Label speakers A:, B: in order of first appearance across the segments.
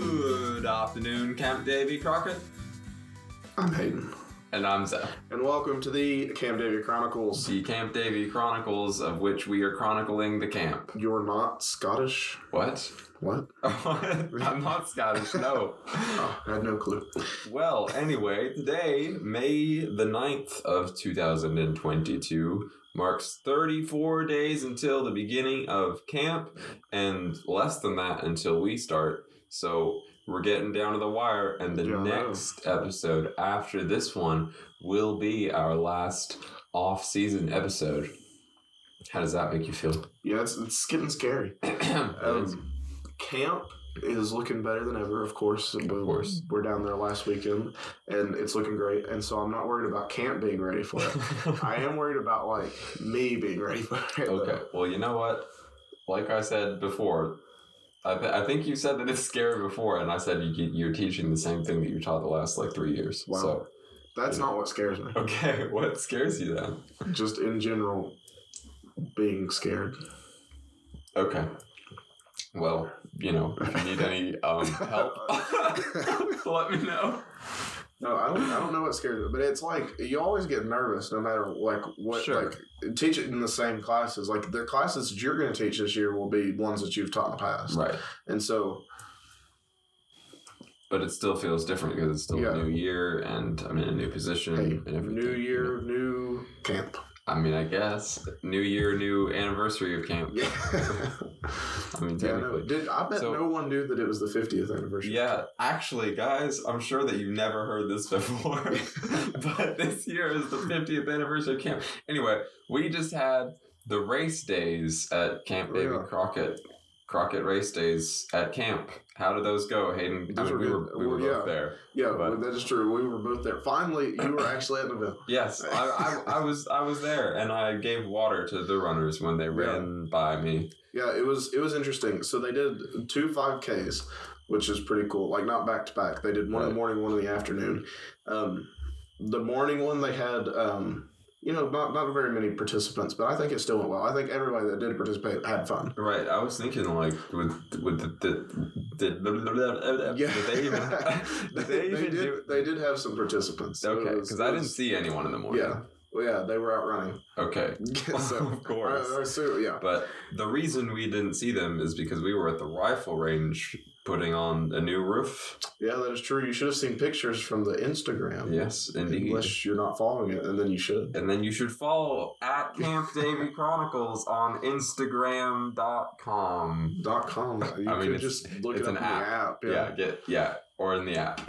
A: Good afternoon, Camp Davy Crockett.
B: I'm Hayden.
A: And I'm Zeph.
B: And welcome to the Camp David Chronicles.
A: The Camp Davy Chronicles, of which we are chronicling the camp.
B: You're not Scottish?
A: What?
B: What?
A: I'm not Scottish, no.
B: Oh, I had no clue.
A: Well, anyway, today, May the 9th of 2022, marks 34 days until the beginning of camp and less than that until we start. So we're getting down to the wire, and the
B: Yeah, I know.
A: next episode after this one will be our last off season episode. How does that make you feel?
B: Yeah, it's, it's getting scary. Um, camp is looking better than ever, of course. Of
A: course.
B: We're down there last weekend, and it's looking great. And so I'm not worried about camp being ready for it. I am worried about, like, me being ready for it. though.
A: Okay. Well, you know what? Like I said before, I, th- I think you said that it's scary before, and I said you, you're teaching the same thing that you taught the last like three years.
B: Wow.
A: So,
B: That's not what scares me.
A: okay, what scares you then?
B: Just in general, being scared.
A: Okay. Well, you know, if you need any um, help, let me know.
B: No, I don't. I don't know what scares me, but it's like you always get nervous no matter like what.
A: Sure.
B: Like teach it in the same classes. Like the classes that you're going to teach this year will be ones that you've taught in the past,
A: Right.
B: and so
A: But it still feels different because it's still
B: Yeah.
A: a new year, and I'm in a new position
B: hey,
A: Hmm, and everything.
B: new
A: you know.
B: year, new camp.
A: I mean, I guess new year, new anniversary of camp.
B: Yeah,
A: I mean,
B: yeah.
A: technically.
B: No, did, I bet
A: So-
B: no one knew that it was the 50th anniversary.
A: Yeah, actually, guys, I'm sure that you've never heard this before, but this year is the 50th anniversary of camp. Anyway, we just had the race days at Camp
B: Oh,
A: David
B: yeah.
A: Crockett. Crockett race days at camp. How did those go, Hayden? I
B: Those
A: mean,
B: were
A: we were
B: good.
A: we were
B: Well,
A: both
B: yeah.
A: there.
B: yeah.
A: But-
B: well, that is true. We were both there. Finally, you were actually at the event.
A: Yes, I, I, I was I was there, and I gave water to the runners when they ran by me.
B: Yeah, it was it was interesting. So they did two five Ks, which is pretty cool. Like not back to back. They did one in
A: Right.
B: the morning, one in the afternoon. Um, the morning one they had um, you know not not very many participants, but I think it still went well. I think everybody that did participate had fun.
A: Right, I was thinking like with with the, the, the,
B: Yeah,
A: did they even did they even
B: did,
A: do
B: they did have some participants. So it
A: Okay,
B: was-
A: because I
B: it
A: didn't
B: was-
A: see anyone in the morning.
B: Yeah, well, yeah, they were out running.
A: Okay.
B: so,
A: Of course.
B: or- or so, yeah.
A: But the reason we didn't see them is because we were at the rifle range putting on a new roof.
B: yeah, that is true. You should have seen pictures from the Instagram.
A: Yes, indeed.
B: Unless you're not following it, and then you should.
A: And then you should follow at Camp Davy Chronicles on Instagram.com.
B: dot com. You
A: I mean,
B: could
A: it's-
B: just look
A: it's an
B: it up in the app.
A: Yeah.
B: Yeah.
A: get yeah, or in the app.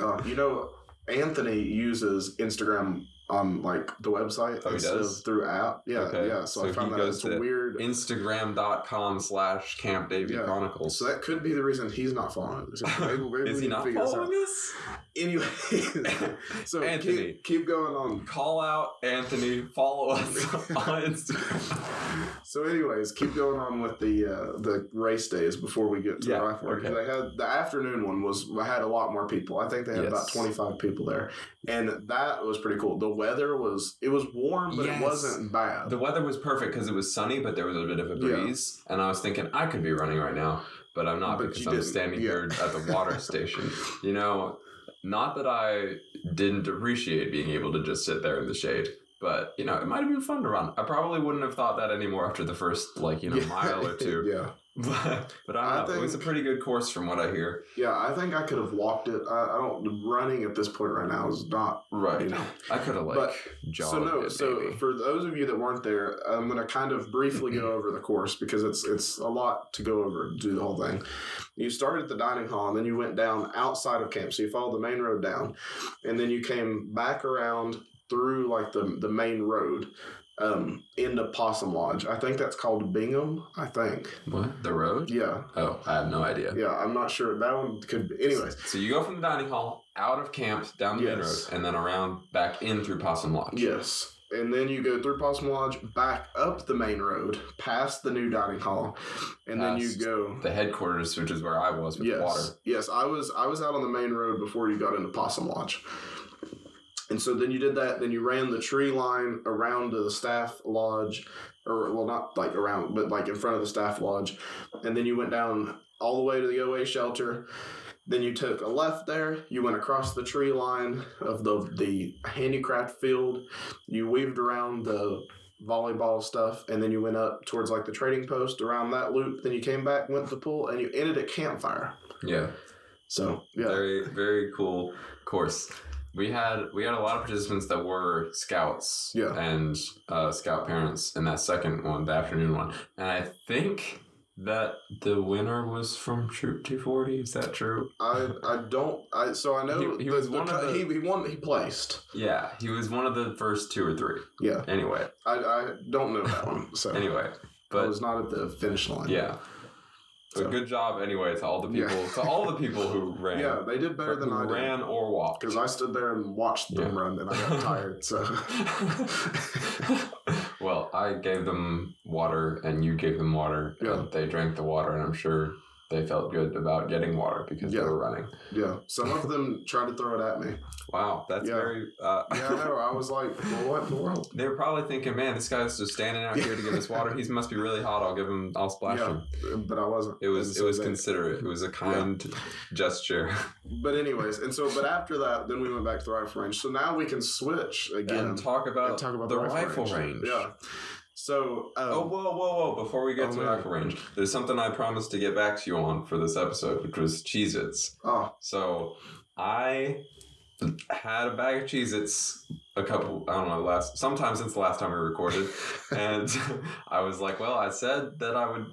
B: Uh, you know, Anthony uses Instagram on like the website
A: Oh, he
B: instead
A: does?
B: of through app. Yeah,
A: Okay.
B: yeah. So,
A: So
B: I found
A: he
B: that
A: goes
B: it's
A: to
B: weird.
A: Instagram.com slash Camp Davy
B: Yeah.
A: Chronicles.
B: so that could be the reason he's not following us. Maybe, maybe
A: is he
B: we need to
A: not
B: figure this
A: following us?
B: out. Anyways, so
A: Anthony.
B: keep, keep going on.
A: Call out Anthony, follow us on Instagram.
B: So, anyways, keep going on with the uh, the race days before we get to
A: Yeah,
B: the rifle. range.
A: okay.
B: They had the afternoon one was had a lot more people. I think they had about
A: Yes.
B: twenty five people there, and that was pretty cool. The weather was it was warm, but
A: Yes.
B: it wasn't bad.
A: The weather was perfect because it was sunny, but there was a bit of a breeze, and I was thinking I could be running right now, but I'm not
B: But
A: because
B: you
A: I'm
B: didn't,
A: standing
B: yeah.
A: here at the water station. You know, not that I didn't appreciate being able to just sit there in the shade, but you know, it might have been fun to run. I probably wouldn't have thought that anymore after the first like you know
B: Yeah.
A: mile or two,
B: yeah,
A: but but I
B: I
A: don't know. it was a
B: think-
A: pretty good course from what I hear.
B: yeah. I think I could have walked it. I, I don't running at this point right now is not you
A: Right,
B: know.
A: I could have like
B: But-
A: jogged.
B: so no.
A: it,
B: So
A: maybe.
B: for those of you that weren't there, I'm going to kind of briefly go over the course because it's it's a lot to go over to do the whole thing. You started at the dining hall and then you went down outside of camp. So you followed the main road down, and then you came back around through like the the main road um into Possum Lodge. I think that's called Bingham. I think.
A: what the road?
B: Yeah.
A: Oh, I have no idea.
B: Yeah, I'm not sure. That one could be. Anyways,
A: So you go from the dining hall out of camp down the main road
B: Yes.
A: and then around back in through Possum Lodge.
B: Yes. And then you go through Possum Lodge, back up the main road, past the new dining hall, and then you
A: Past
B: go.
A: The headquarters, which is where I was with
B: Yes,
A: the water.
B: yes. I was I was out on the main road before you got into Possum Lodge, and so then you did that. Then you ran the tree line around to the staff lodge, or well, not like around, but like in front of the staff lodge, and then you went down all the way to the OA shelter. Then you took a left there. You went across the tree line of the the handicraft field. You weaved around the volleyball stuff, and then you went up towards like the trading post around that loop. Then you came back, went to the pool, and you ended at campfire.
A: Yeah.
B: So yeah,
A: Very very cool course. We had we had a lot of participants that were scouts
B: Yeah.
A: and uh, scout parents in that second one, the afternoon one. And I think that the winner was from Troop 240. Is that true?
B: I I don't I so I know
A: He- he was one of the-
B: he, he won he placed.
A: Yeah, he was one of the first two or three.
B: Yeah,
A: Anyway,
B: I, I don't know that one. So
A: anyway,
B: I
A: but
B: was not at the finish line.
A: yeah. So
B: So-
A: good job anyway to all the
B: Yeah.
A: people to all the people who ran.
B: yeah, they did better than
A: who
B: I did.
A: ran or walked.
B: Because I stood there and watched them
A: Yeah.
B: run, and I got tired. So
A: well, I gave them water and you gave them water.
B: Yeah.
A: And they drank the water, and I'm sure they felt good about getting water because
B: Yeah.
A: they were running.
B: yeah, some of them tried to throw it at me.
A: Wow, that's
B: Yeah.
A: very. Uh,
B: Yeah, I know. I was like, well, what in the world?
A: they were probably thinking, man, this guy's just standing out here to give us water. He must be really hot. I'll give him, I'll splash
B: Yeah.
A: him.
B: But I wasn't.
A: It was,
B: And
A: it
B: so
A: was
B: they-
A: considerate. It was a kind gesture.
B: But anyways, and so but after that, then we went back to the rifle range. So now we can switch again
A: and talk about,
B: and talk about
A: the, rifle range.
B: Yeah. So um,
A: Oh, whoa, whoa, whoa. Before we get
B: Oh,
A: to the
B: man.
A: rifle range, there's something I promised to get back to you on for this episode, which was Cheez Its.
B: oh,
A: So I had a bag of Cheez Its a couple, I don't know, last, sometime since the last time we recorded. and I was like, well, I said that I would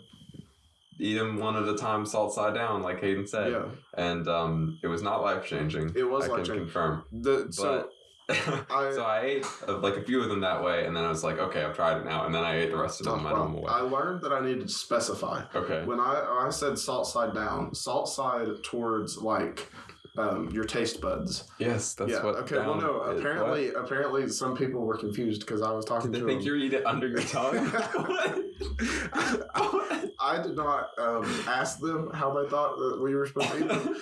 A: eat them one at a time, salt side down, like Hayden said.
B: yeah,
A: And um, it was not life changing.
B: it was
A: I
B: like
A: can confirm.
B: the so
A: But.
B: I-
A: so I ate uh, like a few of them that way, and then I was like, okay, I've tried it now, and then I ate the rest of them my normal way.
B: I learned that I needed to specify.
A: Okay.
B: When Oh, I I said salt side down, salt side towards like um, your taste buds.
A: Yes, that's
B: yeah.
A: what.
B: okay.
A: down
B: Well, no.
A: is-
B: Apparently, apparently, some people were confused because I was
A: what?
B: talking
A: Did
B: to
A: they think
B: them.
A: you eat it under your tongue? What?
B: I did not um, ask them how they thought that we were supposed to eat them,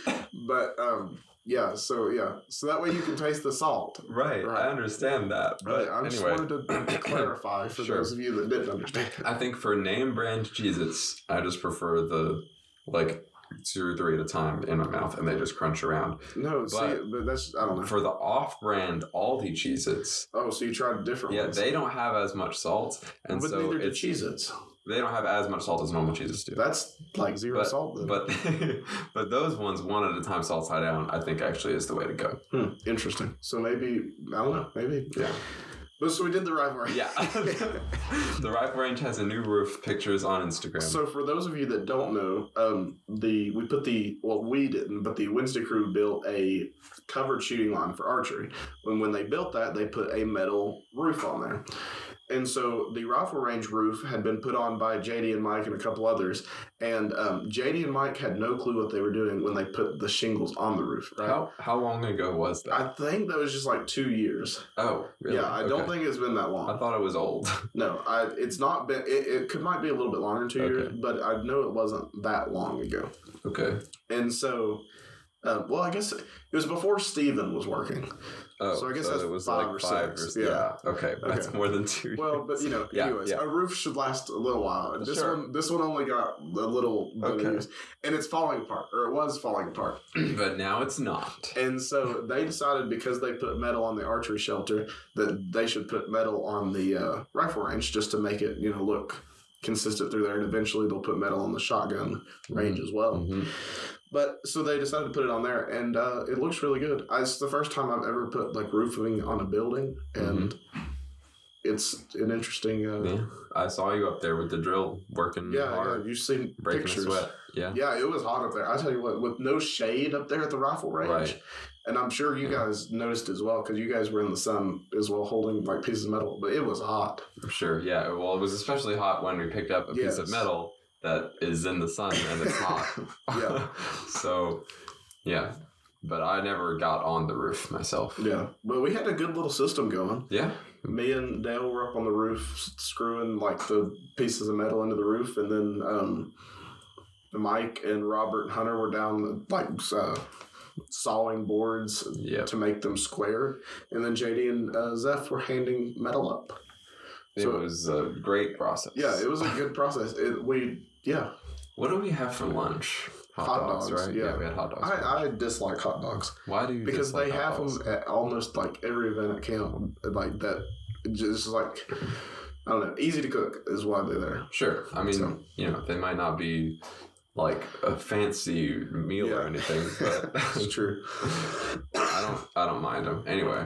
B: but um, yeah. So yeah. So that way you can taste the salt.
A: right,
B: Right.
A: I understand that,
B: Right.
A: but
B: I just
A: anyway,
B: wanted to clarify for
A: Sure.
B: those of you that didn't understand.
A: I think for name brand Cheez-Its, I just prefer the like two or three at a time in my mouth, and they just crunch around.
B: No. see,
A: But-
B: but that's I don't know.
A: For the off-brand Aldi Cheez-Its,
B: Oh, so you tried different
A: yeah,
B: ones.
A: they don't have as much salt, and
B: but
A: so
B: neither did
A: it's,
B: Cheez-Its.
A: they don't have as much salt as normal Cheez-Its do.
B: That's like zero salt. Then.
A: but but those ones one at a time salt side down i think actually is the way to go
B: Hmm, interesting. So maybe I don't know. Maybe yeah. But so we did the rivalry.
A: yeah the rifle range has a new roof pictures on instagram
B: So for those of you that don't know, um, the we put the well we didn't, but the Wednesday crew built a covered shooting line for archery. And when they built that, they put a metal roof on there. And so the rifle range roof had been put on by JD and Mike and a couple others. And um, JD and Mike had no clue what they were doing when they put the shingles on the roof. Right?
A: how, how long ago was that
B: uh, I think that was just like two years.
A: oh really
B: Yeah, I don't
A: Okay.
B: think it's been that long.
A: i thought it was old
B: No, I, it's not been. It, it could might be a little bit longer than two years,
A: Okay.
B: but I know it wasn't that long ago.
A: okay
B: And so, um, well, I guess it was before Steven was working.
A: oh
B: So I guess that's
A: it was
B: five
A: like
B: or
A: five
B: six,
A: or
B: yeah.
A: okay that's
B: Okay.
A: more than two
B: Well, but you know,
A: Yeah,
B: anyways,
A: yeah.
B: a roof should last a little while. And This
A: Sure.
B: one, this one only got a little bit of
A: Okay.
B: use, and it's falling apart, or it was falling apart.
A: but now it's not
B: And so they decided because they put metal on the archery shelter that they should put metal on the uh, rifle range just to make it, you know, look consistent through there. And eventually they'll put metal on the shotgun range as well.
A: Mhm.
B: But so they decided to put it on there, and uh, it looks really good. I, it's the first time I've ever put like roofing on a building, and
A: Mm-hmm.
B: it's an interesting. Uh, yeah,
A: yeah i saw you up there with the drill working
B: yeah,
A: hard
B: you've seen
A: breaking a
B: pictures.
A: sweat yeah
B: Yeah, it was hot up there. I tell you what, with no shade up there at the rifle range,
A: Right.
B: and I'm sure you
A: Yeah.
B: guys noticed as well because you guys were in the sun as well, holding like pieces of metal. But it was hot.
A: I'm sure. Yeah. Well, it was especially hot when we picked up a piece
B: Yes.
A: of metal that is in the sun and it's hot.
B: Yeah.
A: so, yeah. But I never got on the roof myself.
B: Yeah, but we had a good little system going.
A: Yeah.
B: me and Dale were up on the roof s- screwing like the pieces of metal into the roof, and then um, Mike and Robert and Hunter were down like s- uh, sawing boards
A: Yeah.
B: to make them square, and then JD and uh, Zeph were handing metal up.
A: It
B: So-
A: was a great process.
B: Yeah, it was a good process. It, we yeah,
A: What do we have for lunch? Hot,
B: Hot
A: dogs,
B: dogs,
A: right?
B: yeah.
A: we had hot dogs. for lunch.
B: I, I dislike hot dogs
A: Why do you
B: because
A: dislike
B: they
A: hot
B: have
A: dogs?
B: them at almost like every event at camp. Like that, just like I don't know. Easy to cook is why they're there.
A: Sure. I mean,
B: So-
A: you know, they might not be like a fancy meal or
B: Yeah.
A: anything, but
B: It's true.
A: I don't I don't mind them. Anyway,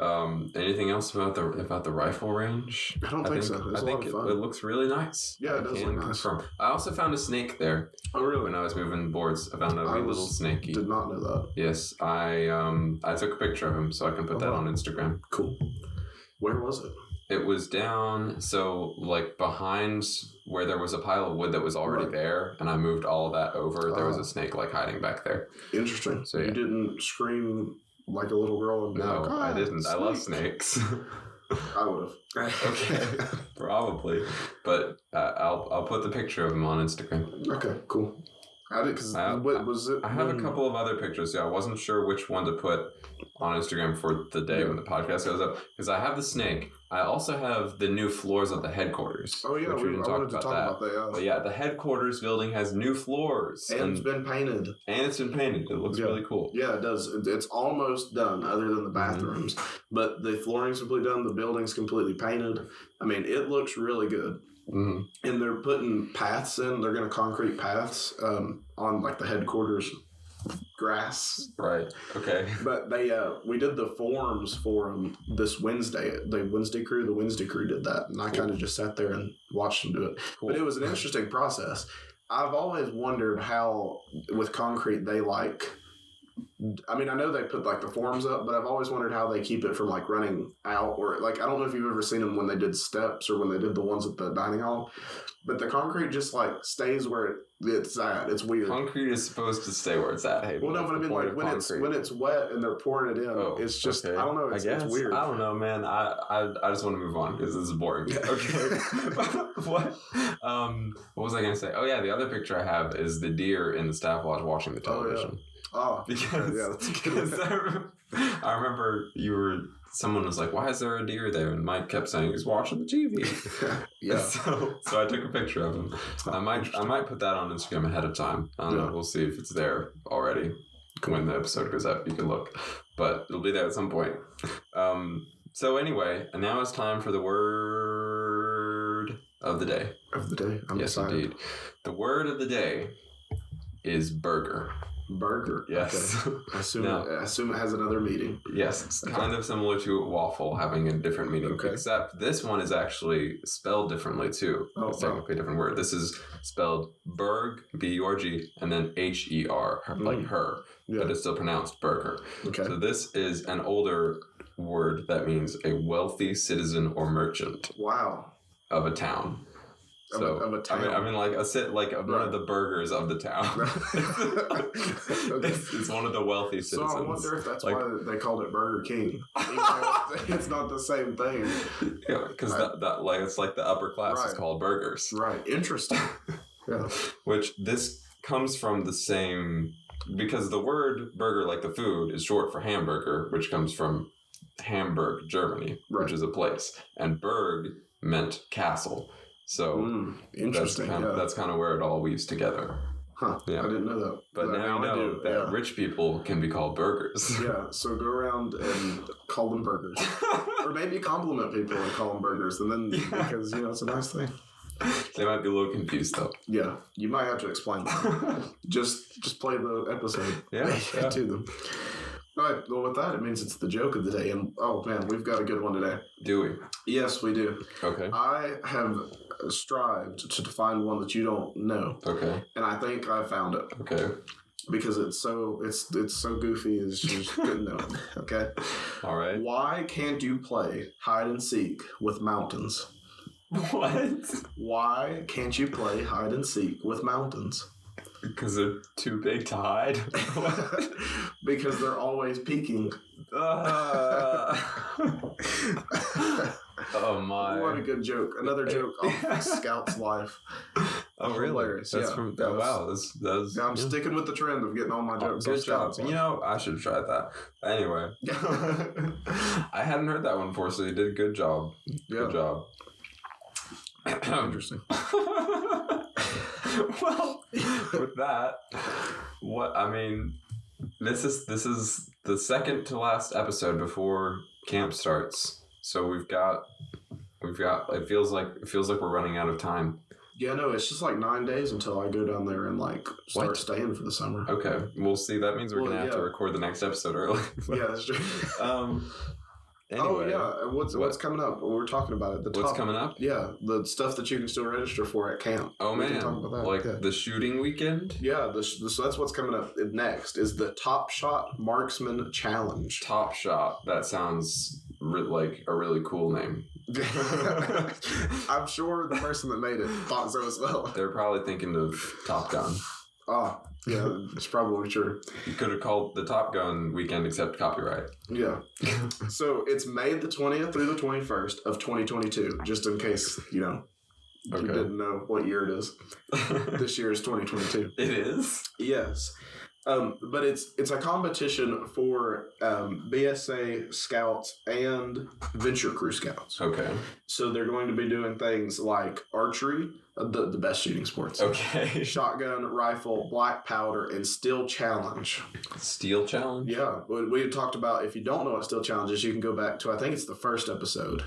A: um, anything else about the about the rifle range?
B: I don't think so. It's
A: I
B: a
A: think
B: lot of
A: it,
B: fun.
A: it looks really nice.
B: Yeah, it
A: I
B: does
A: can
B: look nice.
A: confirm. I also found a snake there
B: Oh really?
A: when I was moving boards. I found a
B: I
A: wee
B: was-
A: little snakey.
B: Did not know that.
A: Yes, I um I took a picture of him so I can put
B: Oh,
A: that
B: wow.
A: on Instagram.
B: Cool. Where was it?
A: It was down so like behind where there was a pile of wood that was already
B: Right.
A: there, and I moved all of that over. There was
B: Ah.
A: a snake like hiding back there.
B: Interesting.
A: So,
B: So
A: yeah.
B: you didn't scream like a little girl and be
A: No,
B: like,
A: I
B: "Ah,
A: didn't. I love
B: snake."
A: snakes.
B: I would have.
A: Okay. Probably, but uh, I'll I'll put the picture of him on Instagram.
B: okay. Cool. I did because
A: I-
B: what was it?
A: I have a
B: when-
A: couple of other pictures. Yeah, I wasn't sure which one to put on Instagram for the day when the podcast goes up because I have the snake. I also have the new floors of the headquarters.
B: Oh yeah,
A: which
B: we, I
A: didn't
B: wanted to talk about that. yeah.
A: But yeah, the headquarters building has new floors
B: and
A: and
B: it's been painted.
A: and it's been painted. It looks
B: Yeah.
A: really cool.
B: Yeah, it does. It- It's almost done, other
A: Mm-hmm.
B: than the bathrooms. But the flooring's completely done. The building's completely painted. I mean, it looks really good.
A: Mhm.
B: And they're putting paths in. They're going to concrete paths um, on like the headquarters grass.
A: Right. Okay.
B: But they, uh, we did the forms for them this Wednesday. The Wednesday crew, the Wednesday crew did that, and I kind of just sat there and watched them do it.
A: Cool.
B: But it was an interesting process. I've always wondered how with concrete they like. I mean, I know they put like the forms up, but I've always wondered how they keep it from like running out or like I don't know if you've ever seen them when they did steps or when they did the ones at the dining hall, but the concrete just like stays where it, it's at. It's weird.
A: concrete is supposed to stay where it's at. Hey,
B: well, no,
A: that's
B: but I
A: the
B: mean,
A: point
B: like
A: of
B: when it's
A: concrete.
B: when it's wet and they're pouring it in,
A: Oh,
B: it's just
A: okay.
B: I don't know.
A: I
B: It's,
A: guess
B: it's weird.
A: I don't know, man. I I, I just want to move on because this is boring.
B: Yeah.
A: Okay. what? Um, what was I gonna say? Oh yeah, the other picture I have is the deer in the staff lodge watching the
B: Oh, yeah.
A: television
B: Oh,
A: because
B: yeah, that's a good one.
A: because I, rem- I remember you were someone was like, "Why is there a deer there?" And Mike kept saying, "He's watching the TV."
B: yeah.
A: So, so I took a picture of him. I might I might put that on Instagram ahead of time. I don't know.
B: Yeah.
A: We'll see if it's there already when the episode goes up. You can look, but it'll be there at some point. Um, so anyway, and now it's time for the word of the day.
B: of the day. I'm
A: yes,
B: excited.
A: indeed. The word of the day is burger.
B: Burger. Okay.
A: Yes.
B: I assume,
A: No.
B: I assume it has another meeting.
A: Yes, it's
B: Okay.
A: kind of similar to waffle having a different meaning,
B: Okay.
A: except this one is actually spelled differently too.
B: Oh,
A: it's
B: wow.
A: technically a different word. This is spelled Berg, B U R G, and then H E R, like
B: Mm.
A: her, but
B: Yeah.
A: it's still pronounced burger.
B: Okay.
A: So this is an older word that means a wealthy citizen or merchant
B: Wow.
A: of a town.
B: Of a-
A: So
B: of a
A: I mean, I
B: town.
A: mean like a sit like a, one
B: Right.
A: of the burgers of the town.
B: Okay.
A: it's, it's one of the wealthy
B: So
A: citizens.
B: I wonder if that's
A: Like-
B: why they called it Burger King. Even though it's not the same thing.
A: Yeah, because
B: Right.
A: that, that like it's like the upper class is
B: Right.
A: called burgers,
B: Right. Interesting. Yeah.
A: which this comes from the same because the word burger, like the food, is short for hamburger, which comes from Hamburg, Germany,
B: Right.
A: which is a place, and Berg meant castle. So
B: Mm,
A: that's
B: interesting.
A: kind of
B: yeah.
A: that's kind of where it all weaves together.
B: huh.
A: yeah.
B: I didn't know that.
A: But
B: I
A: now you
B: mean, I
A: know
B: do,
A: that
B: yeah.
A: rich people can be called burgers.
B: Yeah, so go around and call them burgers. or maybe compliment people and call them burgers, and then
A: Yeah.
B: because you know it's a nice thing.
A: they might be a little confused though.
B: Yeah, you might have to explain that. just just play the episode
A: Yeah, yeah.
B: to them. All right. Well, with that, it means it's the joke of the day, and oh man, we've got a good one today.
A: Do we?
B: Yes, we do.
A: Okay.
B: I have strived to find one that you don't know,
A: Okay.
B: and I think I found it
A: Okay.
B: because it's so it's it's so goofy. It's just good know. it. Okay.
A: All right.
B: Why can't you play hide and seek with mountains?
A: What?
B: Why can't you play hide and seek with mountains?
A: Because they're too big to hide.
B: because they're always peeking.
A: Uh, oh my!
B: What a good joke. Another joke off Scout's life.
A: oh really?
B: hilarious,
A: That's
B: yeah.
A: from
B: That
A: oh,
B: was-
A: wow. That's that's
B: I'm
A: yeah.
B: sticking with the trend of getting all my
A: Oh,
B: jokes
A: good
B: off
A: job.
B: Scout's
A: You know, I should try that. Anyway,
B: life.
A: I hadn't heard that one before, so you did a good job.
B: yeah.
A: Good job.
B: Interesting.
A: well, with that, what I mean, this is this is the second to last episode before camp starts. So we've got we've got it feels like it feels like we're running out of time.
B: Yeah, no, it's just like nine days until I go down there and like start
A: What?
B: staying for the summer.
A: Okay, we'll see. That means we're
B: Well,
A: gonna have to
B: yeah.
A: record the next episode early.
B: Yeah, that's true.
A: um. Anyway,
B: oh yeah, and what's
A: What?
B: what's coming up? We We're talking about it. The
A: what's
B: top-
A: coming up?
B: Yeah, the stuff that you can still register for at camp.
A: Oh
B: We can
A: man,
B: talk about that,
A: like
B: yeah.
A: the shooting weekend.
B: Yeah, the, sh- the, so that's what's coming up next is the Top Shot Marksman Challenge.
A: Top Shop. That sounds re- like a really cool name.
B: I'm sure the person that made it thought so as well.
A: They're probably thinking of Top Gun.
B: Oh, yeah, it's probably true.
A: You could have called the Top Gun weekend except copyright.
B: Yeah. So it's May the 20th through the 21st of 2022, just in case, you know, you
A: Okay.
B: didn't know what year it is. This year is 2022.
A: it is.
B: Yes. Um, but it's it's a competition for um, BSA scouts and venture crew scouts.
A: Okay.
B: So they're going to be doing things like archery, uh, the, the best shooting sports,
A: Okay.
B: shotgun, rifle, black powder, and steel challenge.
A: Steel challenge.
B: Yeah, we we had talked about if you don't know what steel challenge is, you can go back to I think it's the first episode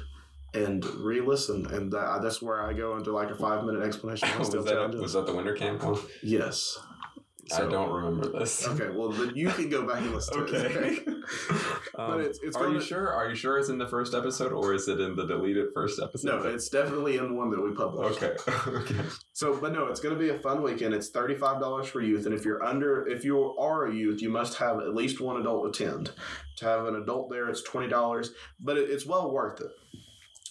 B: and re-listen, and that, that's where I go into like a five-minute explanation of what
A: was
B: steel
A: that
B: challenge
A: was
B: is.
A: that the winter camp one?
B: Yes. So-
A: I don't remember this.
B: Okay, well then you can go back and listen to
A: Okay.
B: it. But it's- it's
A: are you
B: gonna-
A: sure? Are you sure it's in the first episode, or is it in the deleted first
B: No,
A: episode?
B: it's definitely in one that we published.
A: okay. okay.
B: So, but no, it's going to be a fun weekend. It's thirty five dollars for youth, and if you're under, if you are a youth, you must have at least one adult attend. To have an adult there, it's twenty dollars, but it, it's well worth it.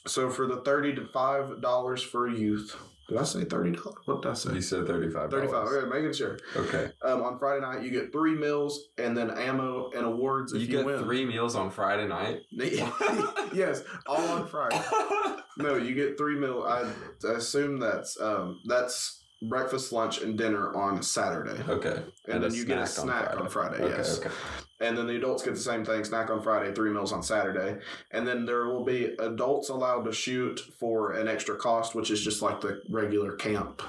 B: So, for the thirty to five dollars for youth, did I say thirty dollars? What did I
A: You
B: say?
A: said thirty-five.
B: Thirty five. Okay, making sure.
A: Okay.
B: Um, on Friday night, you get three meals and then ammo and awards if
A: you
B: you,
A: get
B: win.
A: three meals on Friday night.
B: yes, all on Friday. No, you get three meal. I assume that's um, that's breakfast, lunch, and dinner on Saturday, and,
A: okay. and a
B: then you get a
A: snack
B: snack
A: on
B: on Friday.
A: Okay.
B: yes,
A: Okay.
B: and then the adults get the same thing: snack on Friday, three meals on Saturday, and then there will be adults allowed to shoot for an extra cost, which is just like the regular camp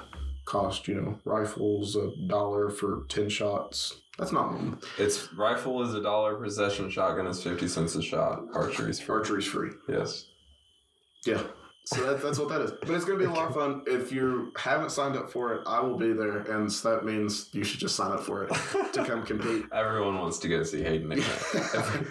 B: cost. You know, rifles a dollar for ten shots. That's not one.
A: It's rifle is a dollar per session. Shotgun is fifty cents a shot. Archery's free.
B: Archery's free.
A: Yes.
B: Yeah. So that, that's what that is. But it's going to be a lot of fun. If you haven't signed up for it, I will be there. And so that means you should just sign up for it to come compete.
A: Everyone wants to go see Hayden again.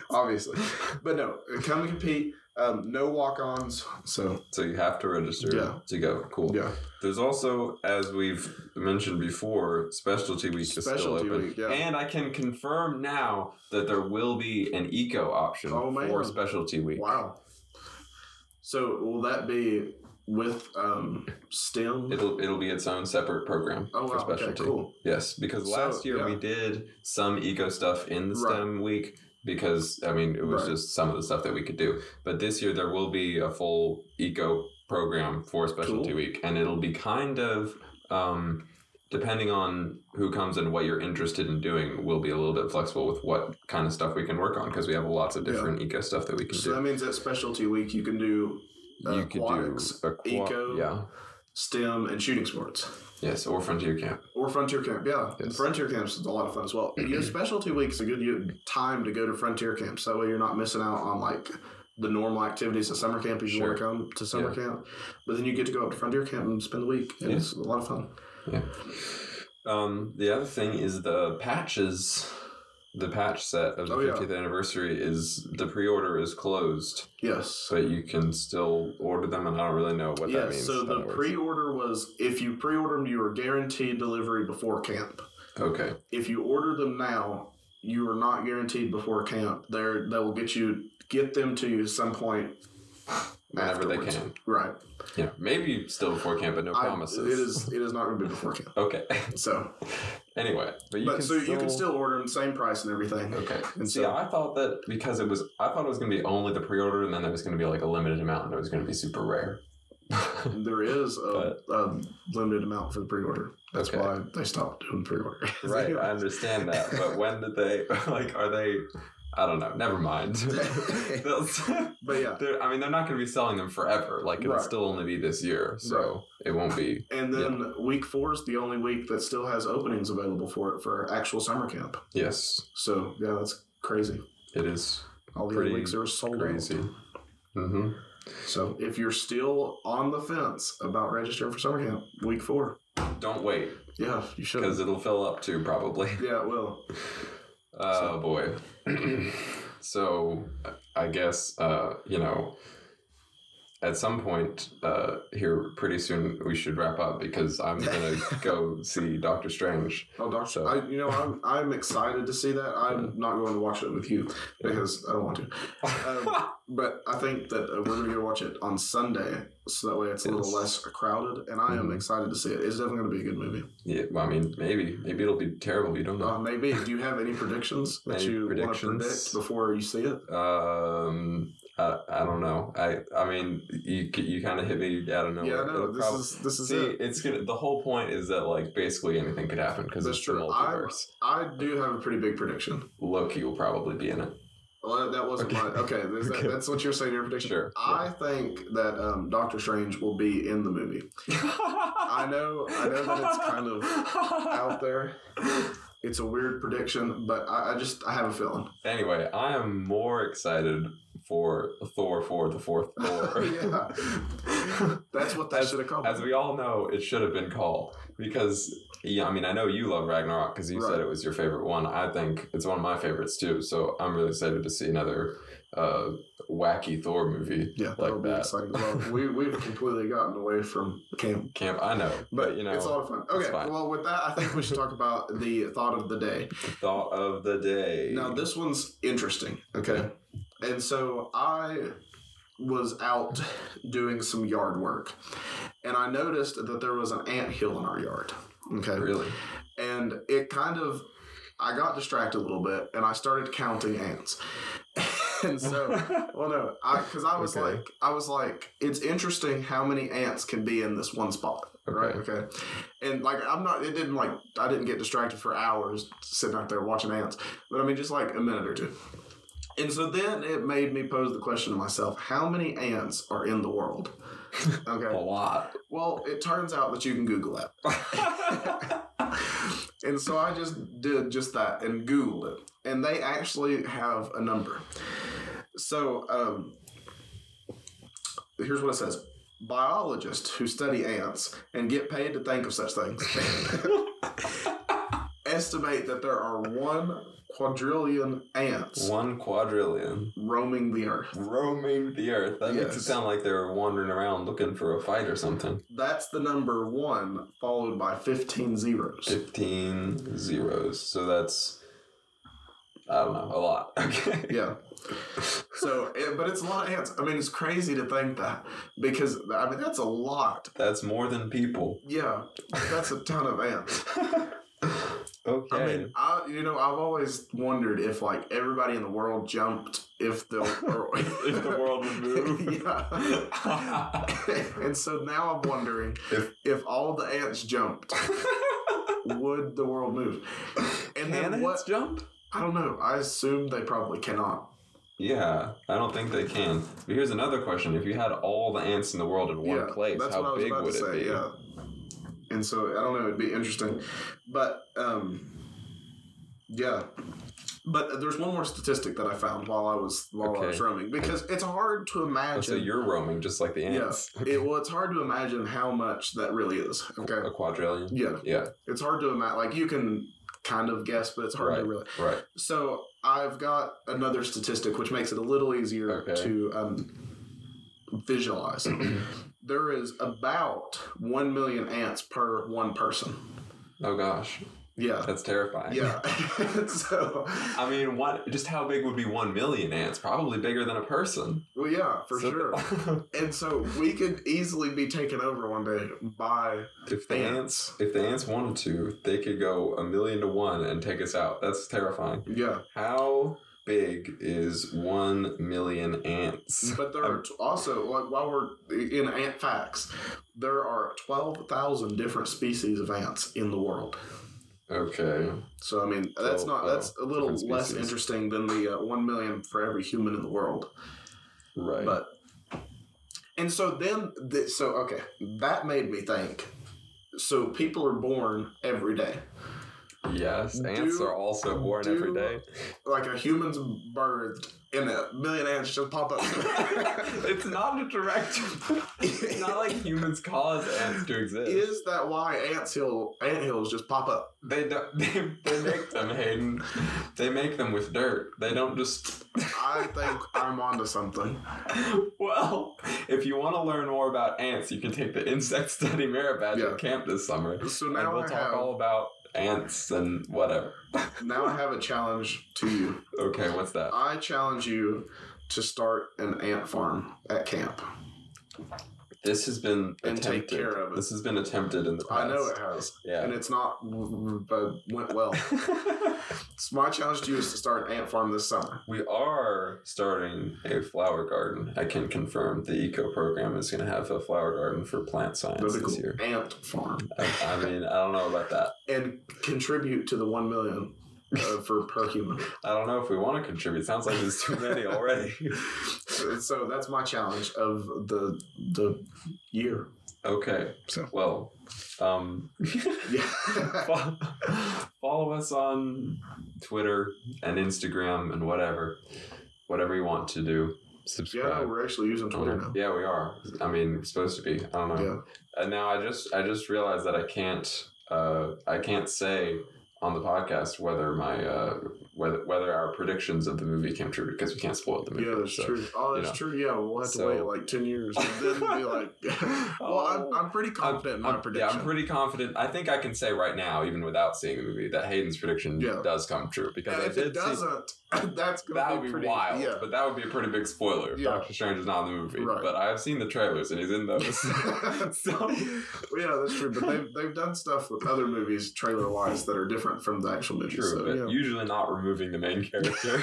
B: Obviously. But no, come compete. Um, no walk ons. So,
A: so you have to register
B: Yeah.
A: to go. Cool.
B: yeah.
A: There's also, as we've mentioned before, specialty week is still
B: Specialty
A: open.
B: week, yeah.
A: And I can confirm now that there will be an eco option
B: Oh, man.
A: for specialty week.
B: Wow. So, will that be with um, STEM?
A: It'll it'll be its own separate program
B: oh,
A: for
B: wow. Okay,
A: specialty.
B: cool.
A: Yes, because
B: So,
A: last year
B: yeah.
A: we did some eco stuff in the
B: Right.
A: STEM week because I mean it was
B: Right.
A: just some of the stuff that we could do. But this year there will be a full eco program for specialty
B: Cool.
A: week, and it'll be kind of um, depending on who comes and what you're interested in doing. We'll be a little bit flexible with what kind of stuff we can work on because we have lots of
B: Yeah.
A: different eco stuff that we can
B: So, that
A: do.
B: means at specialty week, you can do uh,
A: you could
B: aquatics,
A: do aqua-
B: eco.
A: yeah,
B: STEM and shooting sports.
A: yes, or frontier camp.
B: Or Frontier Camp, yeah.
A: Yes.
B: Frontier Camps is a lot of fun as well. You know, Specialty Week is a good u- time to go to Frontier Camps. That way you're not missing out on like the normal activities at summer camp if you want to
A: Sure.
B: come to summer camp. But then you get to go up to Frontier Camp and spend the week. And
A: Yeah.
B: It's a lot of fun.
A: Yeah. Um, the other thing is the patches. The patch set of the
B: Oh, yeah.
A: 50th anniversary is the pre-order is closed,
B: Yes.
A: but you can still order them, and I don't really know what that
B: Yes.
A: means.
B: So
A: how
B: the
A: that works.
B: pre order was if you pre order them, you are guaranteed delivery before camp.
A: okay,
B: If you order them now, you are not guaranteed before camp. They're, they will get you, get them to you at some point.
A: whenever they
B: afterwards.
A: can.
B: Right.
A: Yeah, maybe still before camp, but no
B: I-
A: promises.
B: It is. It is not going to be before camp.
A: okay.
B: So,
A: anyway, but you
B: but
A: can
B: so
A: still,
B: you can still order them, same price and everything.
A: okay.
B: And
A: See,
B: so-
A: I thought that because it was, I thought it was going to be only the pre-order, and then there was going to be like a limited amount, and it was going to be super rare.
B: There is a, a limited amount for the pre-order. That's
A: Okay.
B: why they stopped doing pre-order.
A: Right, I understand that, but when did they like? Are they I don't know. Never mind. They'll-
B: But yeah.
A: they're, I mean, they're not going to be selling them forever. Like it'll
B: Right.
A: still only be this year, so it won't be.
B: And then week four is the only week that still has openings available for it for actual summer camp.
A: Yes,
B: So yeah, that's crazy.
A: it is
B: All the
A: Pretty
B: other weeks are sold out.
A: crazy. Mm-hmm.
B: So if you're still on the fence about registering for summer camp, week four,
A: Don't wait
B: yeah, you should.
A: because it'll fill up too probably.
B: Yeah, it will.
A: Oh boy. so I guess uh, you know at some point uh, here pretty soon we should wrap up because I'm gonna go see Doctor Strange.
B: Oh, Doctor,
A: So-
B: I, you know, I'm, I'm excited to see that. I'm not going to watch it with you because I don't want to. Um, but I think that uh, we're going to go watch it on Sunday, so that way it's a little
A: Yes.
B: less crowded. And I am
A: Mhm.
B: excited to see it. It's definitely going to be a good movie.
A: yeah, well, I mean maybe maybe it'll be terrible. You don't
B: Uh,
A: know.
B: maybe. Do you have any predictions that
A: Any
B: you want
A: predictions?
B: to predict before you see it?
A: Um, I, I don't know. I I mean you you kind of hit me out of nowhere.
B: yeah, I know.
A: It'll
B: This
A: prob-
B: is this is
A: See,
B: it.
A: it's gonna. The whole point is that like basically anything could happen because
B: That's
A: it's the
B: true. I-
A: multiverse.
B: I do have a pretty big prediction.
A: Loki will probably be in it.
B: Well, that wasn't
A: Okay.
B: my okay. Is that,
A: Okay.
B: That's what you're saying. Your prediction.
A: Sure.
B: I think that um, Doctor Strange will be in the movie. I know. I know that it's kind of out there. It's a weird prediction, but I, I just I have a feeling.
A: Anyway, I am more excited for Thor for the fourth Thor.
B: yeah, that's what that
A: As-
B: should have called.
A: As we all know, it should have been called because yeah, I mean, I know you love Ragnarok because you
B: Right.
A: said it was your favorite one. I think it's one of my favorites too. So I'm really excited to see another uh, wacky Thor movie
B: yeah, that'll
A: like
B: be
A: that.
B: exciting. Well, we we've completely gotten away from camp,
A: Camp, I know, but you know,
B: it's a lot of fun. Okay,
A: fine.
B: well, with that, I think we should talk about the thought of the day.
A: thought of the day.
B: Now this one's interesting. Okay. And so I was out doing some yard work and I noticed that there was an ant hill in our yard. Okay.
A: really,
B: And it kind of I got distracted a little bit and I started counting ants. and so well no, I cuz I was
A: Okay.
B: like I was like it's interesting how many ants can be in this one spot. Right. Okay. And like, I'm not, it didn't like, I didn't get distracted for hours sitting out there watching ants, but I mean, just like a minute or two. And so then it made me pose the question to myself how many ants are in the world?
A: a
B: Okay.
A: lot.
B: Well, it turns out that you can Google that. And so I just did just that and Googled it. And they actually have a number. So um, here's what it says Biologists who study ants and get paid to think of such things estimate that there are one quadrillion ants
A: One quadrillion
B: roaming the earth.
A: roaming the earth. That makes it
B: Yes.
A: sound like they're wandering around looking for a fight or something.
B: That's the number one, followed by 15 zeros.
A: 15 zeros. So that's, I don't know, a lot. Okay.
B: Yeah. So, it, but it's a lot of ants. I mean, it's crazy to think that because I mean that's a lot.
A: That's more than people.
B: Yeah, that's a ton of ants.
A: Okay.
B: I mean, I you know I've always wondered if like everybody in the world jumped if the or,
A: if the world would move.
B: yeah. and so now I'm wondering
A: If-
B: if, all the ants jumped, would the world move?
A: Can
B: And then
A: ants
B: what?
A: jump?
B: I don't know. I assume they probably cannot.
A: Yeah, I don't think they can. But here's another question: If you had all the ants in the world in one
B: yeah,
A: place,
B: that's what I
A: how
B: was
A: big
B: about
A: would
B: to
A: it
B: say.
A: be?
B: Yeah. And so I don't know. It'd be interesting, but um, yeah. But there's one more statistic that I found while I was while I was
A: Okay.
B: roaming because it's hard to
A: Oh, so
B: imagine.
A: you're roaming just like the
B: yeah,
A: ants.
B: it, well, it's hard to imagine how much that really is.
A: A
B: Okay,
A: quadrillion.
B: yeah,
A: Yeah.
B: it's hard to imagine. Like you can kind of guess, but it's hard
A: Right.
B: to really.
A: Right.
B: So I've got another statistic which makes it a little easier
A: Okay.
B: to um, visualize. there is about one million ants per one person.
A: Oh gosh,
B: Yeah.
A: that's terrifying.
B: Yeah. so,
A: I mean, what? Just how big would be one million ants? Probably bigger than a person.
B: well, yeah, for
A: So-
B: sure. And so we could easily be taken over one day by
A: if the ants.
B: ants.
A: if the ants wanted to, they could go a million to one and take us out. That's terrifying.
B: Yeah.
A: How big is one million ants?
B: But there are t- also, like, while we're in ant facts, there are 12,000 different species of ants in the world.
A: Okay.
B: So I mean, that's
A: Oh,
B: not
A: oh,
B: that's a little
A: different
B: less
A: species.
B: interesting than the uh, one million for every human in the world.
A: Right.
B: But and so then th- so okay, that made me think. So people are born every day.
A: yes. Ants
B: Do-
A: are also born every
B: do-
A: day.
B: Like a human's birthed and a million ants just pop up.
A: it's not a direct. It's not like humans cause ants to exist.
B: Is that why ants hill ant hills just pop up?
A: They don't. They, they make them, Hayden. They make them with dirt. They don't just.
B: I think I'm onto something.
A: well, if you want to learn more about ants, you can take the insect study Mirabad
B: Yeah.
A: at camp this summer,
B: So
A: and
B: now
A: we'll
B: I
A: talk
B: have
A: all about ants and whatever.
B: now I have a challenge to you.
A: Okay, what's that?
B: I challenge you to start an ant farm at camp.
A: This has been
B: And take
A: attempted.
B: care of it.
A: This has been attempted in the past.
B: I know it has, and
A: Yeah.
B: it's not but went well. So my challenge to you is to start an ant farm this summer.
A: we are starting a flower garden. I can confirm the eco program is going to have a flower garden for plant science
B: That'd be
A: this
B: cool.
A: year.
B: Ant farm
A: I, I mean, I don't know about that.
B: and contribute to the one million uh, for per human.
A: I don't know if we want to contribute. Sounds like there's too many already.
B: So so that's my challenge of the the year.
A: okay.
B: So.
A: Well, um,
B: Yeah.
A: fo- follow us on Twitter and Instagram and whatever, whatever you want to do.
B: Yeah,
A: Subscribe.
B: we're actually using Twitter now.
A: yeah, we are. I mean, we're supposed to be. I don't know.
B: Yeah.
A: And now I just I just realized that I can't uh, I can't say on the podcast whether my uh, whether whether our predictions of the movie came true because we can't spoil the movie.
B: Yeah, that's
A: so-
B: true. Oh, that's
A: you know.
B: true. Yeah, we'll have to
A: So- Oh.
B: wait like ten years and then be like, well, I'm, I'm pretty confident in my
A: I'm-
B: prediction.
A: Yeah, I'm pretty confident. I think I can say right now, even without seeing the movie, that Hayden's prediction
B: Yeah.
A: does come true because
B: And
A: I
B: if it
A: did see.
B: doesn't, that's gonna
A: That would
B: be,
A: be
B: pretty
A: wild,
B: Yeah.
A: but that would be a pretty big spoiler if
B: Yeah.
A: Doctor Strange is not in the movie.
B: Right.
A: But I've seen the trailers and he's in those. so,
B: Well, yeah, that's true. But they've they've done stuff with other movies, trailer wise, that are different from the actual movie.
A: true,
B: so,
A: but
B: yeah.
A: usually not removing the main character.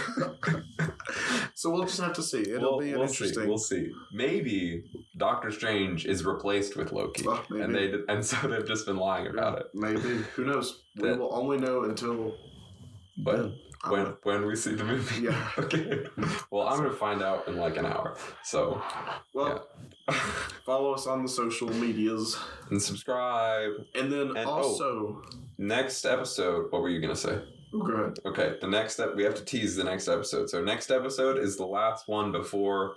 B: so we'll just have to see. It'll
A: We'll-
B: be an
A: we'll
B: interesting.
A: See, we'll see. Maybe Doctor Strange is replaced with Loki,
B: Oh,
A: and they d- and so they've just been lying about it.
B: Maybe who knows? We
A: That-
B: will only know until
A: But
B: then. I
A: when
B: don't know.
A: when we see the movie.
B: Uh-huh. yeah.
A: Okay. Well, I'm gonna find out in like an hour. So
B: Well, follow us on the social medias,
A: and subscribe.
B: and then
A: And- oh.
B: also
A: Next episode. What were you gonna say?
B: oh, go ahead.
A: Okay. The next step. We have to tease the next episode. So next episode is the last one before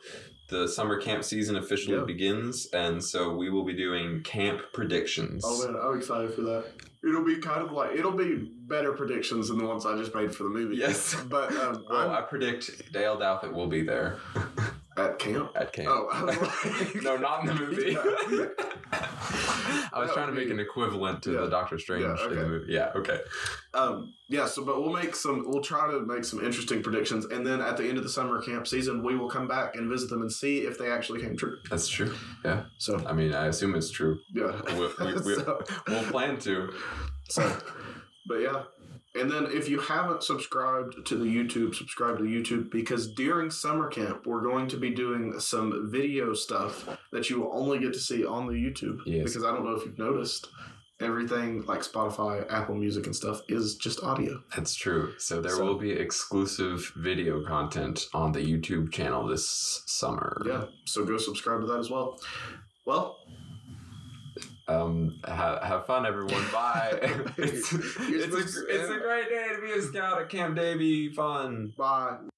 A: the summer camp season officially
B: Yeah.
A: begins, and so we will be doing camp predictions.
B: Oh man, I'm excited for that. It'll be kind of like it'll be better predictions than the ones I just made for the movie.
A: Yes.
B: But um,
A: Well,
B: I'm
A: I predict Dale Douthit will be there
B: at camp.
A: at camp.
B: Oh, I was like,
A: no, not in the movie.
B: Yeah.
A: I was
B: That
A: trying to
B: would
A: make
B: be-
A: an equivalent to
B: Yeah.
A: the Doctor Strange
B: Yeah,
A: in the
B: okay.
A: movie. Yeah, okay.
B: Um, yeah. So, but we'll make some. We'll try to make some interesting predictions, and then at the end of the summer camp season, we will come back and visit them and see if they actually came true.
A: That's true. Yeah.
B: So,
A: I mean, I assume it's true.
B: yeah.
A: We, we, we,
B: so,
A: we'll plan to.
B: so, but yeah. And then if you haven't subscribed to the YouTube, subscribe to YouTube because during summer camp we're going to be doing some video stuff that you will only get to see on the YouTube.
A: Yes.
B: Because I don't know if you've noticed, everything like Spotify, Apple Music, and stuff is just audio.
A: That's true. So there
B: So-
A: will be exclusive video content on the YouTube channel this summer.
B: Yeah. So go subscribe to that as well. Well,
A: Um, ha- have fun, everyone. Bye. it's, it's, a,
B: supposed to-
A: it's a great day to be a scout at Camp Davy. Fun.
B: bye.